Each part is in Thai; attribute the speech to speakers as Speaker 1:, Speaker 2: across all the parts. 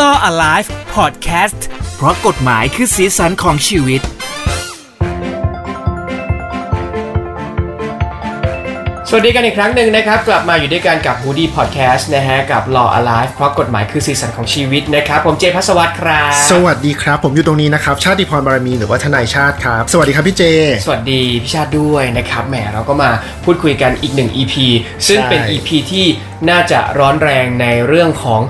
Speaker 1: Law Alive Podcast เพราะกฎหมายคือสีสันของชีวิต
Speaker 2: สวัสดีกันอีกครั้งหนึ่งนะครับ กลับมาอยู่ด้วยกันกับ h o o d i e Podcast นะฮะ กับ Law Alive เพราะกฎหมายคือสีสันของชีวิตนะครับ ผมเจพัสวัตรครับ
Speaker 3: สวัสดีครับ ผมอยู่ตรงนี้นะครับ ชาติพรบารมีหรือว่าทนายชาติครับ สวัสดีครับพี่เจ
Speaker 2: สวัสดีพี่ชาติด้วยนะครับแหมเราก็มาพูดคุยกันอีกหนึ่ง EP ซึ่งเป็น
Speaker 3: ใช่
Speaker 2: EP ที่น่าจะร้อนแรงในเรื่องของ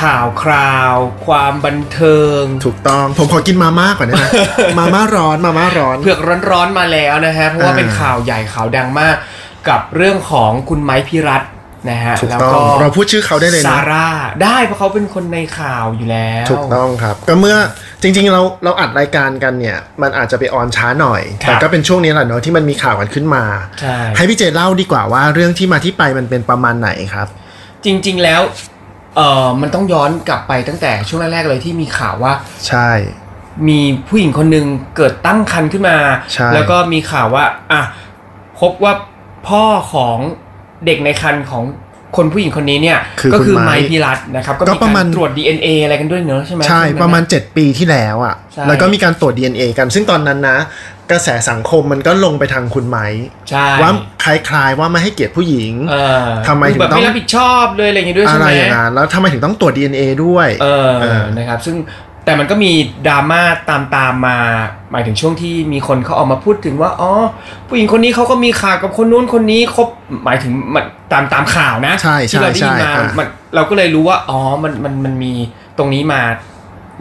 Speaker 2: ข่าวคราว ความบันเทิง
Speaker 3: ถูกต้องผมขอกินมาม่าก่อน นะ มาม่าร้อนมาม่าร้อน
Speaker 2: เผือกร้อนๆมาแล้วนะฮะ เพราะว่า
Speaker 3: อ่า
Speaker 2: เป็นข่าวใหญ่ข่าวดังมาก กับเรื่องของคุณไม้พิรัตน์นะฮะ
Speaker 3: ถูก
Speaker 2: แล้ว
Speaker 3: ต้องเราพูดชื่อเขาได้เลยนะ
Speaker 2: ซาร่าได้เพราะเขาเป็นคนในข่าวอยู่แล้ว
Speaker 3: ถูกต้องครับ ก็เมื่อจริงๆเราเราอัดรายการกันเนี่ย มันอาจจะไปออนช้าหน่อย
Speaker 2: ครับ
Speaker 3: แต่ก็เป็นช่วงนี้แหละเนาะที่มันมีข่าวกันขึ้นมา
Speaker 2: ใช่
Speaker 3: ให้พี่เจเล่าดีกว่าว่าเรื่องที่มาที่ไปมันเป็นประมาณไหนครับ
Speaker 2: จริงๆแล้วเออมันต้องย้อนกลับไปตั้งแต่ช่วงแรกๆเลยที่มีข่าวว่า
Speaker 3: ใช่
Speaker 2: มีผู้หญิงคนหนึ่งเกิดตั้งครรภ์ขึ้นมา
Speaker 3: ใช่
Speaker 2: แล้วก็มีข่าวว่าอ่ะพบว่าพ่อของเด็กในครรภ์ของคนผู้หญิงคนนี้เนี่ยก็คือไมค์พิรัตน์นะครับก็มีการตรวจ DNA อะไรกันด้วยเนอะใช่ไหม
Speaker 3: ใช่ประมาณ 7 ปีที่แล้วอะ่ะ
Speaker 2: ใช่
Speaker 3: แล้วก็มีการตรวจ DNA กัน ซึ่งตอนนั้นนะ กระแสสังคมมันก็ลงไปทางคุณไม้
Speaker 2: ใช่
Speaker 3: ว่าคล้ายๆว่าไม่ให้เกียรติผู้หญิง
Speaker 2: เออ
Speaker 3: ทำไมถึง
Speaker 2: แบบ
Speaker 3: ต้อง
Speaker 2: ไม่รับผิดชอบเลยอะไรอย่างงี้ด้วย
Speaker 3: อะ
Speaker 2: ใช่ไห
Speaker 3: ไร
Speaker 2: ม
Speaker 3: อย่างนั้นแล้วทำไมถึงต้องตรวจ DNA ด้วย
Speaker 2: เออ
Speaker 3: เออ
Speaker 2: นะครับ ซึ่งแต่มันก็มีดราม่าตามตามๆมา หมายถึงช่วงที่มีคนเขาออกมาพูดถึงว่าอ๋อผู้หญิงคนนี้เขาก็มีข่าวกับคนนู้นคนนี้คบหมายถึงมันตามตามข่าวนะ
Speaker 3: ใช่
Speaker 2: ที่
Speaker 3: ใช่
Speaker 2: เราได้ยิ
Speaker 3: ใช่
Speaker 2: นมา
Speaker 3: อ่ะ
Speaker 2: มันเราก็เลยรู้ว่า อ๋อ มัน มัน มันมีตรงนี้มา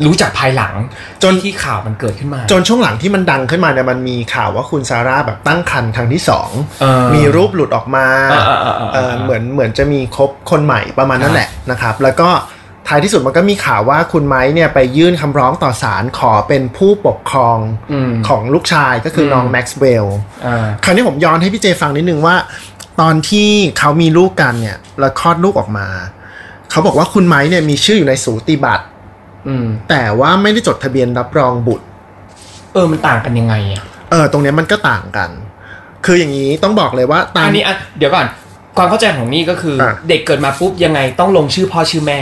Speaker 2: รู้จักภายหลัง
Speaker 3: จน
Speaker 2: ที่ที่ข่าวมันเกิดขึ้นมา
Speaker 3: จนช่วงหลังที่มันดังขึ้นมาเนี่ยมันมีข่าวว่าคุณซาร่าแบบตั้งครรภ์ครั้งที่สอง
Speaker 2: เออ
Speaker 3: มีรูปหลุดออกมา
Speaker 2: อ่าอ่าอ่าอ่า
Speaker 3: เออเหมือนเหมือนจะมีคบคนใหม่ประมาณนั้นแหละนะครับ แล้วก็ท้ายที่สุดมันก็มีข่าวว่าคุณไม้เนี่ยไปยื่นคำร้องต่อศาลขอเป็นผู้ปกครอง
Speaker 2: อืม
Speaker 3: ของลูกชายก็คืออน้องแม็กซ์เวลล
Speaker 2: อ่า
Speaker 3: คราวนี้ผมย้อนให้พี่เจฟังนิดนึงว่า ตอนที่เขามีลูกกันเนี่ยแล้วคลอดลูกออกมา เขาบอกว่าคุณไม้เนี่ยมีชื่ออยู่ในสูติบัตร
Speaker 2: อืม
Speaker 3: แต่ว่าไม่ได้จดทะเบียนรับรองบุตร
Speaker 2: เออ มันต่างกันยังไงอ่ะ
Speaker 3: เออตรงเนี้ยมันก็ต่างกัน คืออย่างนี้ต้องบอกเลยว่าตาม
Speaker 2: อันนี้อ่ะเดี๋ยวก่อน ความเข้าใจของนี่ก็คือ
Speaker 3: อ่ะ
Speaker 2: เด็กเกิดมาปุ๊บยังไงต้องลงชื่อพ่อชื่อแม่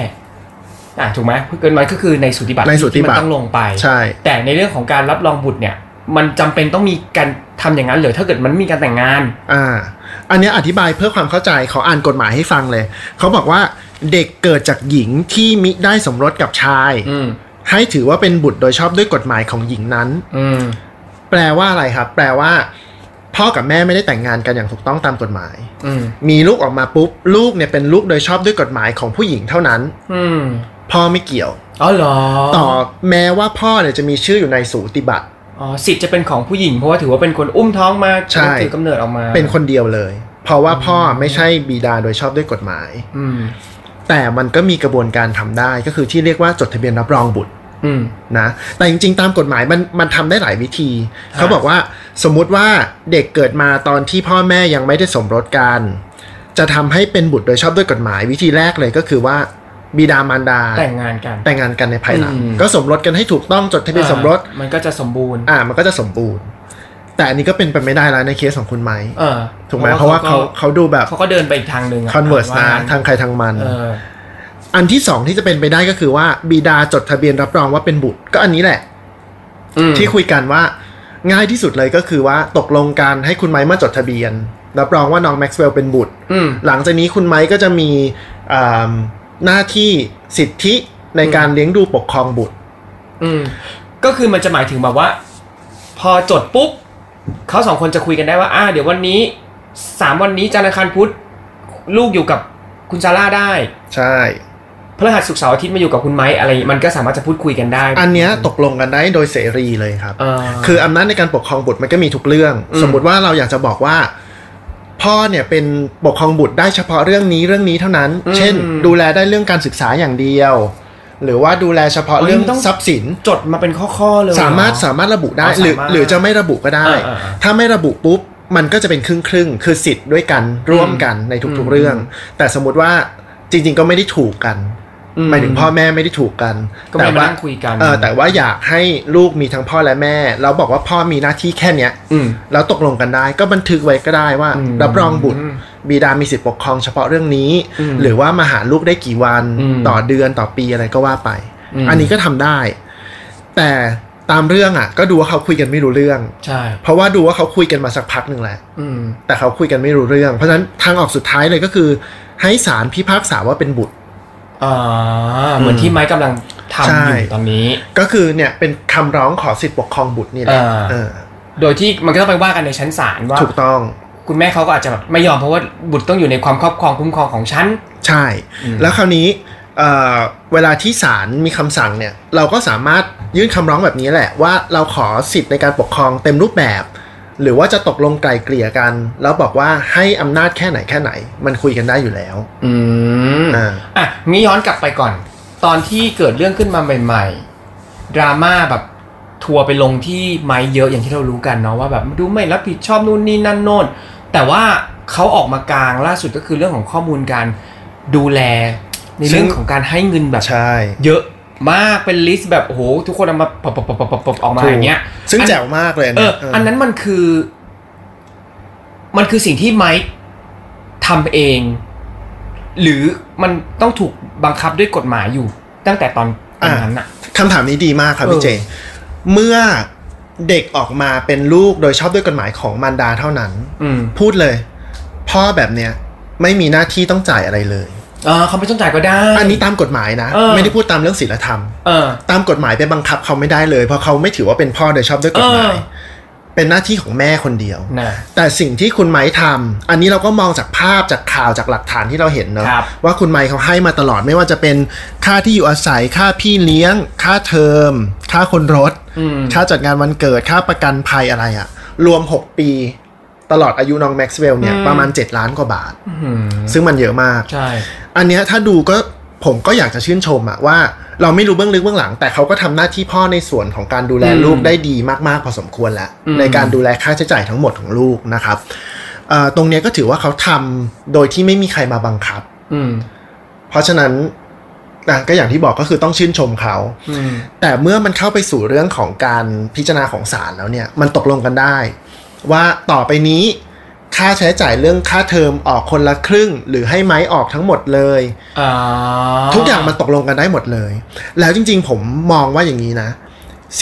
Speaker 2: อ่ะถูกไหมเกิดมาก็คือในสูติบัตร
Speaker 3: ในสูติ
Speaker 2: ที่
Speaker 3: บัตร
Speaker 2: มันต้องลงไป
Speaker 3: ใช่
Speaker 2: แต่ในเรื่องของการรับรองบุตรเนี่ย มันจำเป็นต้องมีการทำอย่างนั้นเหรือถ้าเกิดมันไม่มีการแต่งงาน
Speaker 3: อ่า อันเนี้ยอธิบายเพื่อความเข้าใจขออ่านกฎหมายให้ฟังเลย เขาบอกว่าเด็กเกิดจากหญิงที่มิได้สมรสกับชาย
Speaker 2: อืม
Speaker 3: ให้ถือว่าเป็นบุตรโดยชอบด้วยกฎหมายของหญิงนั้น
Speaker 2: อืม
Speaker 3: แปลว่าอะไรครับ แปลว่า พ่อกับแม่ไม่ได้แต่งงานกันอย่างถูกต้องตามกฎหมาย
Speaker 2: อืม
Speaker 3: มีลูกออกมาปุ๊บ ลูกเนี่ยเป็นลูกโดยชอบด้วยกฎหมายของผู้หญิงเท่านั้น
Speaker 2: อืม
Speaker 3: พ่อไม่เกี่ยว
Speaker 2: อ๋อเหรอ
Speaker 3: ต่อแม้ว่าพ่อเนี่ยจะมีชื่ออยู่ในสูติบัตร
Speaker 2: อ๋อสิทธิ์จะเป็นของผู้หญิงเพราะว่าถือว่าเป็นคนอุ้มท้องมา
Speaker 3: ใช่
Speaker 2: ถือกำเนิดออกมา
Speaker 3: เป็นคนเดียวเลย เพราะว่าพ่อไม่ใช่บิดาโดยชอบด้วยกฎหมาย
Speaker 2: อืม
Speaker 3: แต่มันก็มีกระบวนการทำได้ก็คือที่เรียกว่าจดทะเบียนรับรองบุตร
Speaker 2: อืม
Speaker 3: นะแต่จริงๆ ตามกฎหมายมันมันทำได้หลายวิธี เขาบอกว่าสมมุติว่าเด็กเกิดมาตอนที่พ่อแม่ยังไม่ได้สมรสกัน จะทำให้เป็นบุตรโดยชอบด้วยกฎหมาย วิธีแรกเลยก็คือว่าบิดามารดา
Speaker 2: แต่งงานกัน
Speaker 3: แต่งงานกันในภายหลัง
Speaker 2: อืม
Speaker 3: ก็สมรสกันให้ถูกต้องจดทะเบียนสมรส
Speaker 2: อ่ามันก็จะสมบูรณ์
Speaker 3: อ่ามันก็จะสมบูรณ์ แต่อันนี้ก็เป็นไปไม่ได้แล้วในเคสของคุณไม้
Speaker 2: เออ
Speaker 3: ถูกไหมเพราะว่าเขาเขาดูแบบ
Speaker 2: เขาก็เดินไปอีกทางหนึ่งะ
Speaker 3: converse
Speaker 2: ว่า
Speaker 3: นะทางใครทางมัน
Speaker 2: เออ
Speaker 3: อันที่สองที่จะเป็นไปได้ก็คือว่าบิดาจดทะเบียนรับรองว่าเป็นบุตร ก็อันนี้แหละ
Speaker 2: อืม
Speaker 3: ที่คุยกันว่าง่ายที่สุดเลยก็คือว่าตกลงกันให้คุณไม้มาจดทะเบียน รับรองว่าน้องแม็กซ์เวลล์เป็นบุตร
Speaker 2: อืม
Speaker 3: หลังจากนี้คุณไม้ก็จะมีอ่าหน้าที่สิทธิในการเลี้ยงดูปกครองบุตร
Speaker 2: อืม ก็คือมันจะหมายถึงแบบว่า พอจดปุ๊บเขาสองคนจะคุยกันได้ว่า อ่า เดี๋ยววันนี้สามวันนี้จันทร์อังคารพุธลูกอยู่กับคุณซาร่าได้
Speaker 3: ใช่
Speaker 2: พฤหัสศุกร์เสาร์อาทิตย์มาอยู่กับคุณไม้อะไร มันก็สามารถจะพูดคุยกันได้
Speaker 3: อันเนี้ยตกลงกันได้โดยเสรีเลยครับ
Speaker 2: เออ
Speaker 3: คืออำนาจในการปกครองบุตรมันก็มีทุกเรื่อง
Speaker 2: อืม
Speaker 3: สมมุติว่าเราอยากจะบอกว่า พ่อเนี่ยเป็นปกครองบุตรได้เฉพาะเรื่องนี้เรื่องนี้เท่านั้น เช่น ดูแลได้เรื่องการศึกษาอย่างเดียว หรือว่าดูแลเฉพาะเรื่องทรัพย์สิน
Speaker 2: จดมาเป็นข้อๆเลย
Speaker 3: สามารถ
Speaker 2: เหอ
Speaker 3: สามารถระบุได้
Speaker 2: อ๋อ
Speaker 3: หรือ
Speaker 2: สามารถ
Speaker 3: หรือจะไม่ระบุก็ได้
Speaker 2: อ่าอ่า
Speaker 3: ถ้าไม่ระบุปุ๊บ มันก็จะเป็นครึ่งครึ่งๆคือสิทธิ์ด้วยกันร่วมกันในทุก
Speaker 2: อืม
Speaker 3: ๆเรื่อง แต่สมมติว่าจริง ๆ ก็ไม่ได้ถูกกัน
Speaker 2: อืม
Speaker 3: หมายถึงพ่อแม่ไม่ได้ถูกกัน
Speaker 2: ก็ไม่มานั่งคุยกัน
Speaker 3: เออแต่ว่าอยากให้ลูกมีทั้งพ่อและแม่เราบอกว่าพ่อมีหน้าที่แค่เนี้ย
Speaker 2: อืม
Speaker 3: แล้วตกลงกันได้ ก็บันทึกไว้ก็ได้ว่า
Speaker 2: อืม
Speaker 3: รับรองบุตร บิดามีสิทธิปกครองเฉพาะเรื่องนี้
Speaker 2: อืม
Speaker 3: หรือว่ามาหาลูกได้กี่วัน
Speaker 2: อืม
Speaker 3: ต่อเดือนต่อปีอะไรก็ว่าไป
Speaker 2: อืม
Speaker 3: อันนี้ก็ทำได้ แต่ตามเรื่องอ่ะ ก็ดูว่าเขาคุยกันไม่รู้เรื่อง
Speaker 2: ใช่
Speaker 3: เพราะว่าดูว่าเขาคุยกันมาสักพักหนึ่งแล้ว
Speaker 2: อืม
Speaker 3: แต่เขาคุยกันไม่รู้เรื่อง เพราะฉะนั้นทางออกสุดท้ายเลยก็คือ ให้ศาลพิพากษาว่าเป็นบุตร
Speaker 2: อ่าเหมือนที่ไม้กำลังทำ
Speaker 3: ใช่
Speaker 2: อยู่ตอนนี้
Speaker 3: ก็คือเนี่ยเป็นคำร้องขอสิทธิปกครองบุตรนี่แหละ
Speaker 2: อ่า
Speaker 3: เออ
Speaker 2: โดยที่มันก็ต้องไปว่ากันในชั้นศาลว่า
Speaker 3: ถูกต้อง
Speaker 2: คุณแม่เขาก็อาจจะแบบไม่ยอมเพราะว่าบุตรต้องอยู่ในความครอบครองคุ้มครองของฉัน
Speaker 3: ใช่
Speaker 2: อืม
Speaker 3: แล้วคราวนี้เอ่อเวลาที่ศาลมีคำสั่งเนี่ย เราก็สามารถยื่นคำร้องแบบนี้แหละ ว่าเราขอสิทธิ์ในการปกครองเต็มรูปแบบ หรือว่าจะตกลงไกลเกลี่ยกัน แล้วบอกว่าให้อำนาจแค่ไหนแค่ไหน มันคุยกันได้อยู่แล้ว
Speaker 2: อืม
Speaker 3: อ่า
Speaker 2: อ่ะงี้ย้อนกลับไปก่อน ตอนที่เกิดเรื่องขึ้นมาใหม่ ๆ ดราม่าแบบทัวร์ไปลงที่ไม้เยอะอย่างที่เรารู้กันเนาะว่าแบบดูไม่รับผิดชอบนู่นนี่นั่นโน่น แต่ว่าเขาออกมากลางล่าสุดก็คือเรื่องของข้อมูลการดูแล ในเรื่องของการให้เงินแบบ
Speaker 3: ใช่
Speaker 2: เยอะมากเป็นลิสต์แบบโอ้โหทุกคนเอามาปบปบปบปบปบออกมา
Speaker 3: ถูก
Speaker 2: อย่างเงี้ย
Speaker 3: ซึ่ง
Speaker 2: อัน
Speaker 3: แจ๋วมากเลย
Speaker 2: เออ
Speaker 3: นะเอออั
Speaker 2: อันนั้นมันคือ มันคือสิ่งที่ไมค์ทำเอง หรือมันต้องถูกบังคับด้วยกฎหมายอยู่ ตั้งแต่ตอนตอนนั้นอะ
Speaker 3: คำถามนี้ดีมากครับ
Speaker 2: เออ
Speaker 3: พี่เจ เมื่อเด็กออกมาเป็นลูกโดยชอบด้วยกฎหมายของมารดาเท่านั้น
Speaker 2: อืม
Speaker 3: พูดเลย พ่อแบบเนี้ยไม่มีหน้าที่ต้องจ่ายอะไรเลย
Speaker 2: เออเขาไม่ต้องจ่ายก็ได้
Speaker 3: อันนี้ตามกฎหมายนะ
Speaker 2: เออ
Speaker 3: ไม่ได้พูดตามเรื่องศีลธรรม
Speaker 2: เออ
Speaker 3: ตามกฎหมายไปบังคับเขาไม่ได้เลย เพราะเขาไม่ถือว่าเป็นพ่อโดยชอบด้วยกฎหมาย
Speaker 2: เออ
Speaker 3: เป็นหน้าที่ของแม่คนเดียว
Speaker 2: นะ
Speaker 3: แต่สิ่งที่คุณไม้ทำอันนี้เราก็มองจากภาพจากข่าวจากหลักฐานที่เราเห็นเนอะ
Speaker 2: ครับ
Speaker 3: ว่าคุณไม้เขาให้มาตลอดไม่ว่าจะเป็นค่าที่อยู่อาศัยค่าพี่เลี้ยง ค่าเทอม ค่าคนรถ
Speaker 2: อืม
Speaker 3: ค่าจัดงานวันเกิดค่าประกันภัยอะไรอะรวม 6 ปี ตลอดอายุน้องแม็กซ์เวลเนี่ยประมาณ 7 ล้านกว่าบาท
Speaker 2: อืม
Speaker 3: ซึ่งมันเยอะมาก
Speaker 2: ใช่
Speaker 3: อันเนี้ยถ้าดูก็ผมก็อยากจะชื่นชมอะว่าเราไม่รู้เบื้องลึกเบื้องหลัง แต่เขาก็ทำหน้าที่พ่อในส่วนของการดูแลลูกได้ดีมากๆ พอสมควรแล้ว ในการดูแลค่าใช้จ่ายทั้งหมดของลูกนะครับเอ่อตรงเนี้ยก็ถือว่าเขาทำโดยที่ไม่มีใครมาบังคับ
Speaker 2: อืม
Speaker 3: เพราะฉะนั้นอ่ะก็อย่างที่บอกก็คือต้องชื่นชมเขา
Speaker 2: อืม
Speaker 3: แต่เมื่อมันเข้าไปสู่เรื่องของการพิจารณาของศาลแล้วเนี่ยมันตกลงกันได้ ว่าต่อไปนี้ค่าใช้จ่ายเรื่องค่าเทอมออกคนละครึ่ง หรือให้ไม้ออกทั้งหมดเลย
Speaker 2: อ่า
Speaker 3: ทุกอย่างมันตกลงกันได้หมดเลย แล้วจริงๆ ผมมองว่าอย่างนี้นะ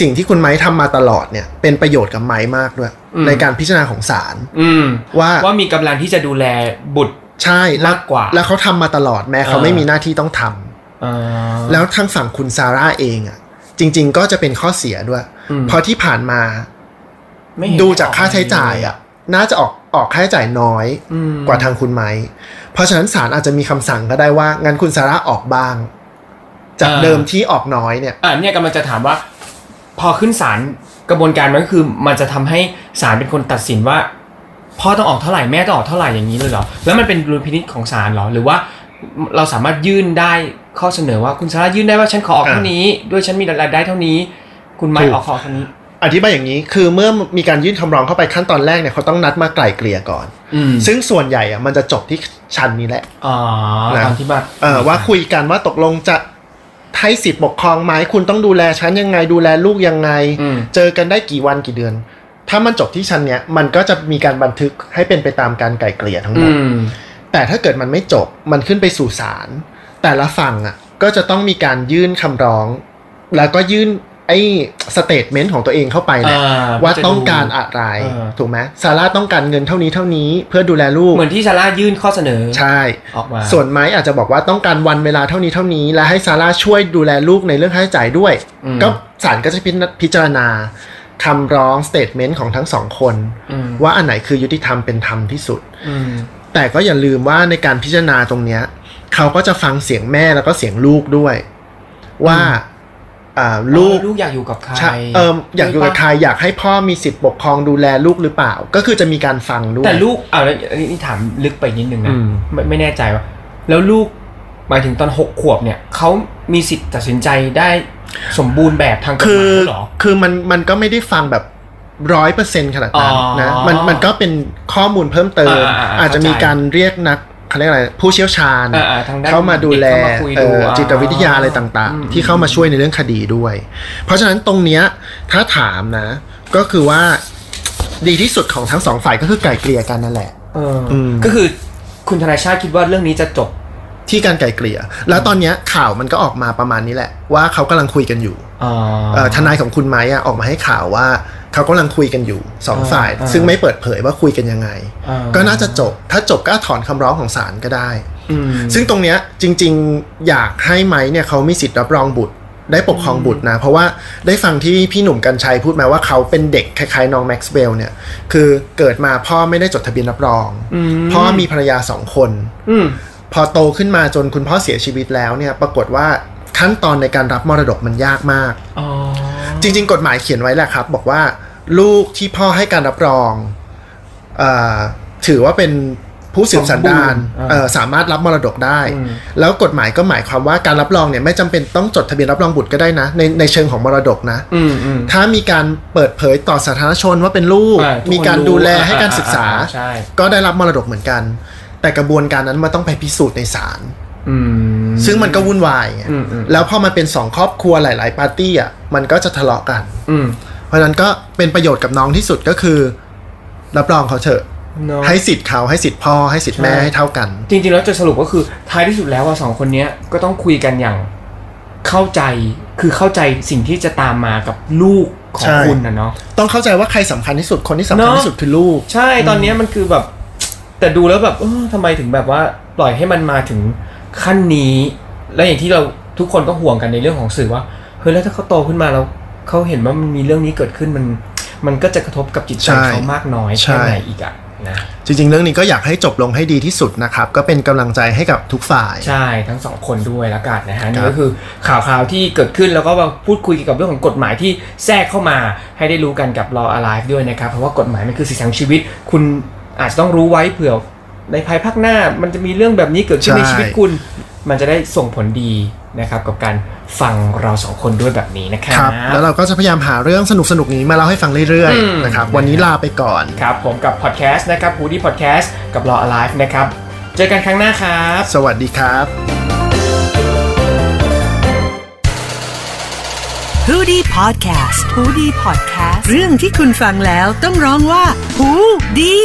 Speaker 3: สิ่งที่คุณไม้ทำมาตลอดเนี่ย เป็นประโยชน์กับไม้มากด้วย ในการพิจารณาของศาล
Speaker 2: อืม
Speaker 3: ว่า
Speaker 2: ว่ามีกำลังที่จะดูแลบุตร
Speaker 3: ใช่แล้ว
Speaker 2: มากกว่า
Speaker 3: แล้วเขาทำมาตลอดแม้เขา
Speaker 2: เออ
Speaker 3: ไม่มีหน้าที่ต้องทำ
Speaker 2: อ่า
Speaker 3: แล้วทางฝั่งคุณซาร่าเองอ่ะ จริง ๆ ก็จะเป็นข้อเสียด้วย
Speaker 2: อืม
Speaker 3: เพราะที่ผ่านมา
Speaker 2: ไม่เห็น
Speaker 3: ดูจากค่าใช้จ่ายอ่ะ น่าจะออกออกค่าใช้จ่ายน้อย
Speaker 2: อืม
Speaker 3: กว่าทางคุณไม้ เพราะฉะนั้นศาลอาจจะมีคำสั่งก็ได้ว่างั้นคุณซาร่าออกบ้าง จาก
Speaker 2: เออ
Speaker 3: เดิมที่ออกน้อยเนี่ย
Speaker 2: อ่าเนี่ยกำลังจะถามว่า พอขึ้นศาลกระบวนการมันก็คือมันจะทำให้ศาลเป็นคนตัดสินว่าพ่อต้องออกเท่าไหร่แม่ต้องออกเท่าไหร่อย่างนี้เลยเหรอแล้วมันเป็นดุลพินิจของศาลเหรอหรือว่าเราสามารถยื่นได้ข้อเสนอว่าคุณสาระยื่นได้ว่าฉันขอออกเท่านี้ ด้วยฉันมีรายได้เท่านี้ คุณไม่
Speaker 3: ถูก
Speaker 2: ออกขอเท่านี้
Speaker 3: อธิบายอย่างนี้คือเมื่อมีการยื่นคำร้องเข้าไปขั้นตอนแรกเนี่ยเขาต้องนัดมาไกล่เกลี่ยก่อน
Speaker 2: อืม
Speaker 3: ซึ่งส่วนใหญ่อะมันจะจบที่ชั้นนี้แหละ
Speaker 2: อ๋อ
Speaker 3: นะ
Speaker 2: ตามที่แบบ
Speaker 3: เอ่อว่าคุยกันว่าตกลงจะให้สิทธิ์ปกครองไหมคุณต้องดูแลชั้นยังไง ดูแลลูกยังไง
Speaker 2: อืม
Speaker 3: เจอกันได้กี่วันกี่เดือน ถ้ามันจบที่ชั้นเนี้ยมันก็จะมีการบันทึกให้เป็นไปตามการไกล่เกลี่ยทั้งหม
Speaker 2: อื
Speaker 3: ด
Speaker 2: ม
Speaker 3: แต่ถ้าเกิดมันไม่จบมันขึ้นไปสู่ศาลแต่ละฝั่งอ่ะก็จะต้องมีการยื่นคำร้อง แล้วก็ยื่นไอ้สเตทเมนต์ของตัวเองเข้าไปแห
Speaker 2: อ่
Speaker 3: ละ ว่าต้องการอะไร
Speaker 2: เออ
Speaker 3: ถูกไหมซาร่าต้องการเงินเท่านี้เท่านี้เพื่อดูแลลูก
Speaker 2: เหมือนที่ซาร่ายื่นข้อเสนอ
Speaker 3: ใช่
Speaker 2: ออกมา
Speaker 3: ส่วนไม้อาจจะบอกว่าต้องการวันเวลาเท่านี้เท่านี้ และให้ซาร่าช่วยดูแลลูกในเรื่องค่าใช้จ่ายด้วย
Speaker 2: อืม
Speaker 3: ก็ศาลก็จะพิจพิจารณาคำร้องสเตทเมนต์ของทั้งสองคน
Speaker 2: อืม
Speaker 3: ว่าอันไหนคือยุติธรรมเป็นธรรมที่สุด
Speaker 2: อืม
Speaker 3: แต่ก็อย่าลืมว่าในการพิจารณาตรงเนี้ยเขาก็จะฟังเสียงแม่แล้วก็เสียงลูกด้วย ว่าอ่าลูก
Speaker 2: ลูกอยากอยู่กับใคร
Speaker 3: ใช่เอออยากอยู่กับใครอยากให้พ่อมีสิทธิ์ปกครองดูแลลูกหรือเปล่า ก็คือจะมีการฟังด้วย
Speaker 2: แต่ลูกอ่าแล้วอันนี้ถามลึกไปนิดนึง
Speaker 3: อื
Speaker 2: นะ
Speaker 3: ม
Speaker 2: ไม่ไม่แน่ใจว่า แล้วลูกหมายถึงตอนหกขวบเนี่ยเขามีสิทธิ์ตัดสินใจได้สมบูรณ์แบบทางกฎห
Speaker 3: คื
Speaker 2: มาย
Speaker 3: อ
Speaker 2: ด้วยเหรอ
Speaker 3: คือมันมันก็ไม่ได้ฟังแบบร้อยเปอร์เซ็นขนาดนั้น
Speaker 2: อ๋อ
Speaker 3: นะมันมันก็เป็นข้อมูลเพิ่มเติม
Speaker 2: อ่าอ่าอ่า
Speaker 3: อาจจะมี
Speaker 2: เข้าใจ
Speaker 3: การเรียกนักเขาเรียกอะไรผู้เชี่ยวชาญ
Speaker 2: อ่าอ่าทางด้าน
Speaker 3: เข้ามาดูแล
Speaker 2: เกเข้ามาคุย
Speaker 3: เอ่
Speaker 2: ดู
Speaker 3: อ
Speaker 2: อ่า
Speaker 3: จิตวิทยาอะไรต่าง
Speaker 2: อืม
Speaker 3: ๆ ที่เข้ามาช่วยในเรื่องคดีด้วย เพราะฉะนั้นตรงเนี้ยถ้าถามนะ ก็คือว่าดีที่สุดของทั้งสองฝ่ายก็คือไกล่เกลี่ยกันนั่นแหละ
Speaker 2: เอออ
Speaker 3: ม
Speaker 2: ก็คือคุณธนาชาติคิดว่าเรื่องนี้จะจบ
Speaker 3: ที่การไกลเกลี่ย แล้วตอนเนี้ยข่าวมันก็ออกมาประมาณนี้แหละ ว่าเขากำลังคุยกันอยู่
Speaker 2: อ๋อ
Speaker 3: เอ่อทนายของคุณไม้อะออกมาให้ข่าวว่าเขากำลังคุยกันอยู่สอง
Speaker 2: อ่า
Speaker 3: ฝ่าย
Speaker 2: อ่า
Speaker 3: ซึ่งไม่เปิดเผยว่าคุยกันยังไง
Speaker 2: อ่
Speaker 3: ก็น่าจะจบ ถ้าจบก็ถอนคำร้องของศาลก็ได้
Speaker 2: อืม
Speaker 3: ซึ่งตรงเนี้ยจริงๆอยากให้ไม้เนี่ยเขามีสิทธิ์รับรองบุตร ได้ปกครองบุตรนะ เพราะว่าได้ฟังที่พี่หนุ่มกัญชัยพูดมาว่าเขาเป็นเด็กคล้ายๆน้องแม็กซ์เวลล์เนี่ยคือเกิดมาพ่อไม่ได้จดทะเบียนรับรอง
Speaker 2: อืม
Speaker 3: พ่อมีภรรยาสองคน
Speaker 2: อืม
Speaker 3: พอโตขึ้นมาจนคุณพ่อเสียชีวิตแล้วเนี่ยปรากฏว่าขั้นตอนในการรับมรดกมันยากมาก
Speaker 2: อ๋อ
Speaker 3: จริงๆ กฎหมายเขียนไว้แหละครับ บอกว่าลูกที่พ่อให้การรับรองเออถือว่าเป็นผู้สืบสันดาน
Speaker 2: สมบูรณ์อ่า
Speaker 3: เอ่อสามารถรับมรดกได้
Speaker 2: อืม
Speaker 3: แล้วกฎหมายก็หมายความว่าการรับรองเนี่ยไม่จำเป็นต้องจดทะเบียนรับรองบุตรก็ได้นะ ในในเชิงของมรดกนะ
Speaker 2: อืมอืม
Speaker 3: ถ้ามีการเปิดเผยต่อสาธารณชนว่าเป็นลูก
Speaker 2: อ่ทุคน
Speaker 3: มีการดูแลให้การศึกษา
Speaker 2: อ่อ่อ่ใช่
Speaker 3: ก็ได้รับมรดกเหมือนกัน แต่กระบวนการนั้นมันต้องไปพิสูจน์ในศาล
Speaker 2: อืม
Speaker 3: ซึ่งมันก็วุ่นวายไง
Speaker 2: อืมอืม
Speaker 3: แล้วพอมันเป็นสองครอบครัวหลาย ๆ ปาร์ตี้อ่ะ มันก็จะทะเลาะกัน
Speaker 2: อืม
Speaker 3: เพราะฉะนั้นก็เป็นประโยชน์กับน้องที่สุดก็คือ รับรองเขาเถอะ
Speaker 2: เนอะ
Speaker 3: ให้สิทธิ์เขาให้สิทธิ์พ่อให้สิทธิ์แม่
Speaker 2: ใช่
Speaker 3: ให้เท่ากัน
Speaker 2: จริงๆแล้วจะสรุปก็คือท้ายที่สุดแล้วว่าสองคนเนี้ยก็ต้องคุยกันอย่างเข้าใจคือเข้าใจสิ่งที่จะตามมากับลูกของ
Speaker 3: ใช่
Speaker 2: คุณนะเนาะ
Speaker 3: ต้องเข้าใจว่าใครสำคัญที่สุดคนที่สำคัญ
Speaker 2: เนอะ
Speaker 3: ที่สุดคือลูก
Speaker 2: ใช่ตอนเนี้ยมันคือแบบ แต่ดูแล้วแบบเออทำไมถึงแบบว่าปล่อยให้มันมาถึงขั้นนี้ และอย่างที่เราทุกคนก็ห่วงกันในเรื่องของสื่อว่าเฮ้ยแล้วถ้าเขาโตขึ้นมาแล้วเขาเห็นว่ามันมีเรื่องนี้เกิดขึ้นมัน มันก็จะกระทบกับจิตใจ
Speaker 3: ใช่
Speaker 2: เขามากน้อย
Speaker 3: ใช่
Speaker 2: แค่ไหนอีกอะนะ
Speaker 3: จริง ๆ เรื่องนี้ก็อยากให้จบลงให้ดีที่สุดนะครับ ก็เป็นกำลังใจให้กับทุกฝ่าย
Speaker 2: ใช่ทั้งสองคนด้วยละกันนะฮะ
Speaker 3: ครับ
Speaker 2: นี่ก็คือข่าวๆที่เกิดขึ้นแล้วก็มาพูดคุยเกี่ยวกับเรื่องของกฎหมายที่แทรกเข้ามาให้ได้รู้กันกับ Law Alive ด้วยนะครับเพราะว่ากฎหมายมันคือสิ่งของชีวิต คุณอาจจะต้องรู้ไว้เผื่อ ในภายภาคหน้ามันจะมีเรื่องแบบนี้เกิดขึ้นใน
Speaker 3: ใช่
Speaker 2: ชีวิตคุณ มันจะได้ส่งผลดีนะครับกับการฟังเราสองคนด้วยแบบนี้นะครั
Speaker 3: ครับ บ แล้วเราก็จะพยายามหาเรื่องสนุกๆนี้มาเล่าให้ฟังเรื่อย
Speaker 2: อืม
Speaker 3: ๆนะครับวันนี้ลาไปก่อน
Speaker 2: ครับผมกับพอดแคสต์นะครับฮูดี้พอดแคสต์กับ Law Alive นะครับเจอกันครั้งหน้าครับ
Speaker 3: สวัสดีครับ
Speaker 4: h o ดี้พอดแคสต์ฮูดี้พอดแคสต์เรื่องที่คุณฟังแล้วต้องร้องว่าฮูดี